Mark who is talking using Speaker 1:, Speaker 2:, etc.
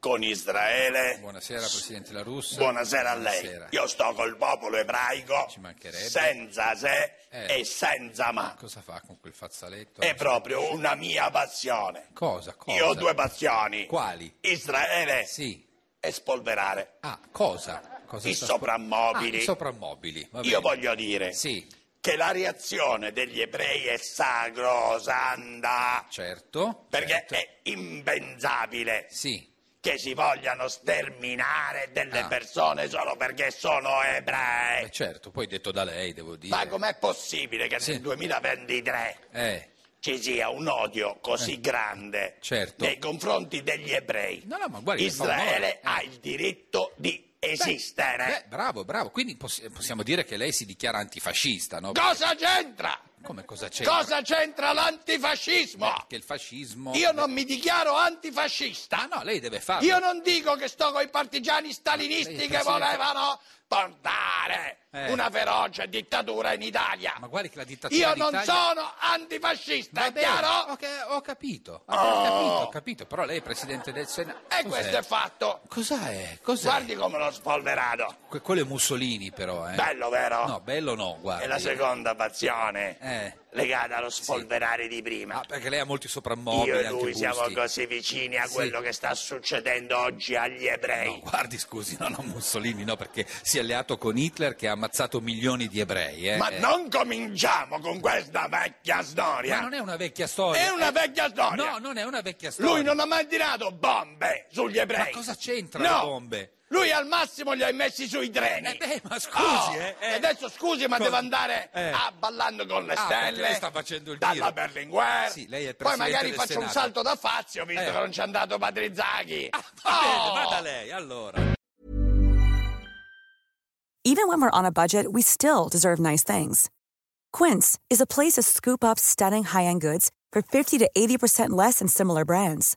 Speaker 1: con Israele,
Speaker 2: Buonasera Presidente La Russa.
Speaker 1: buonasera a lei.
Speaker 2: Buonasera.
Speaker 1: Io sto col popolo ebraico,
Speaker 2: Ci mancherebbe.
Speaker 1: senza se
Speaker 2: Eh.
Speaker 1: e senza ma.
Speaker 2: Cosa fa con quel fazzaletto?
Speaker 1: È proprio una mia passione.
Speaker 2: Cosa?
Speaker 1: Eh,
Speaker 2: Cosa?
Speaker 1: Io ho due passioni.
Speaker 2: Quali?
Speaker 1: Israele
Speaker 2: Sì.
Speaker 1: e spolverare
Speaker 2: Ah, cosa? cosa
Speaker 1: i
Speaker 2: sta-
Speaker 1: soprammobili.
Speaker 2: Ah, i soprammobili. va
Speaker 1: Io
Speaker 2: bene.
Speaker 1: voglio dire
Speaker 2: Sì,
Speaker 1: che la reazione degli ebrei è sacrosanta,
Speaker 2: certo.
Speaker 1: perché
Speaker 2: certo.
Speaker 1: è impensabile
Speaker 2: Sì.
Speaker 1: che si vogliano sterminare delle
Speaker 2: Ah.
Speaker 1: persone solo perché sono ebrei.
Speaker 2: eh, certo, poi detto da lei, devo dire.
Speaker 1: Ma com'è possibile che
Speaker 2: Sì.
Speaker 1: nel 2023
Speaker 2: Eh.
Speaker 1: ci sia un odio così grande
Speaker 2: certo.
Speaker 1: nei confronti degli ebrei?
Speaker 2: No, no, ma guardi,
Speaker 1: Israele
Speaker 2: per favore, eh.
Speaker 1: ha il diritto di esistere.
Speaker 2: Beh, Eh, bravo, bravo. Quindi poss- possiamo dire che lei si dichiara antifascista, no?
Speaker 1: Cosa c'entra?
Speaker 2: Come cosa c'è?
Speaker 1: Cosa c'entra l'antifascismo?
Speaker 2: Eh, Che il fascismo...
Speaker 1: Io non mi dichiaro antifascista.
Speaker 2: Ah, no, lei deve farlo.
Speaker 1: Io non dico che sto con i partigiani stalinisti che
Speaker 2: Lei, Presidente-
Speaker 1: volevano portare
Speaker 2: Eh.
Speaker 1: una feroce dittatura in Italia.
Speaker 2: Ma guardi che la dittatura
Speaker 1: Io non
Speaker 2: d'Italia-
Speaker 1: sono antifascista,
Speaker 2: Va
Speaker 1: è
Speaker 2: bene,
Speaker 1: chiaro?
Speaker 2: ok, ho capito, ho
Speaker 1: Oh.
Speaker 2: capito, ho capito, però lei è presidente del Senato.
Speaker 1: E questo è fatto.
Speaker 2: Cos'è? Cos'è?
Speaker 1: Guardi come l'ho spolverato.
Speaker 2: Que- quello è Mussolini però, eh.
Speaker 1: Bello, vero?
Speaker 2: No, bello no, guarda.
Speaker 1: È la seconda passione
Speaker 2: Eh.
Speaker 1: legata allo spolverare di prima.
Speaker 2: Ah, perché lei ha molti soprammobili,
Speaker 1: Io e
Speaker 2: anche
Speaker 1: lui
Speaker 2: gusti.
Speaker 1: siamo così vicini a
Speaker 2: Sì.
Speaker 1: quello che sta succedendo oggi agli ebrei.
Speaker 2: No, guardi, scusi, no, no, Mussolini, no, perché si è alleato con Hitler che ha ammazzato milioni di ebrei, eh.
Speaker 1: Ma
Speaker 2: Eh,
Speaker 1: non cominciamo con questa vecchia
Speaker 2: ma
Speaker 1: storia.
Speaker 2: non è una vecchia storia.
Speaker 1: È una
Speaker 2: eh.
Speaker 1: vecchia storia.
Speaker 2: No, non è una vecchia storia.
Speaker 1: Lui non ha mai tirato bombe sugli ebrei.
Speaker 2: Ma cosa c'entra
Speaker 1: No.
Speaker 2: le bombe?
Speaker 1: Lui al massimo li ha messi sui treni.
Speaker 2: Eh beh, ma scusi,
Speaker 1: Oh,
Speaker 2: eh, eh.
Speaker 1: E adesso scusi, ma
Speaker 2: Cosa?
Speaker 1: devo andare
Speaker 2: Eh.
Speaker 1: a ballando con le
Speaker 2: Ah, perché
Speaker 1: stelle.
Speaker 2: lei sta facendo il
Speaker 1: dalla
Speaker 2: giro.
Speaker 1: Berlinguer.
Speaker 2: Sì, lei è il
Speaker 1: Poi
Speaker 2: presidente
Speaker 1: magari
Speaker 2: del
Speaker 1: faccio un
Speaker 2: Senato.
Speaker 1: salto da Fazio, visto
Speaker 2: Eh. Ah,
Speaker 1: che non c'è andato Patrizzaghi.
Speaker 2: Va bene,
Speaker 1: Oh!
Speaker 2: vada lei, allora.
Speaker 3: Even when we're on a budget, we still deserve nice things. Quince is a place to scoop up stunning high end goods for 50 to 80% less than similar brands.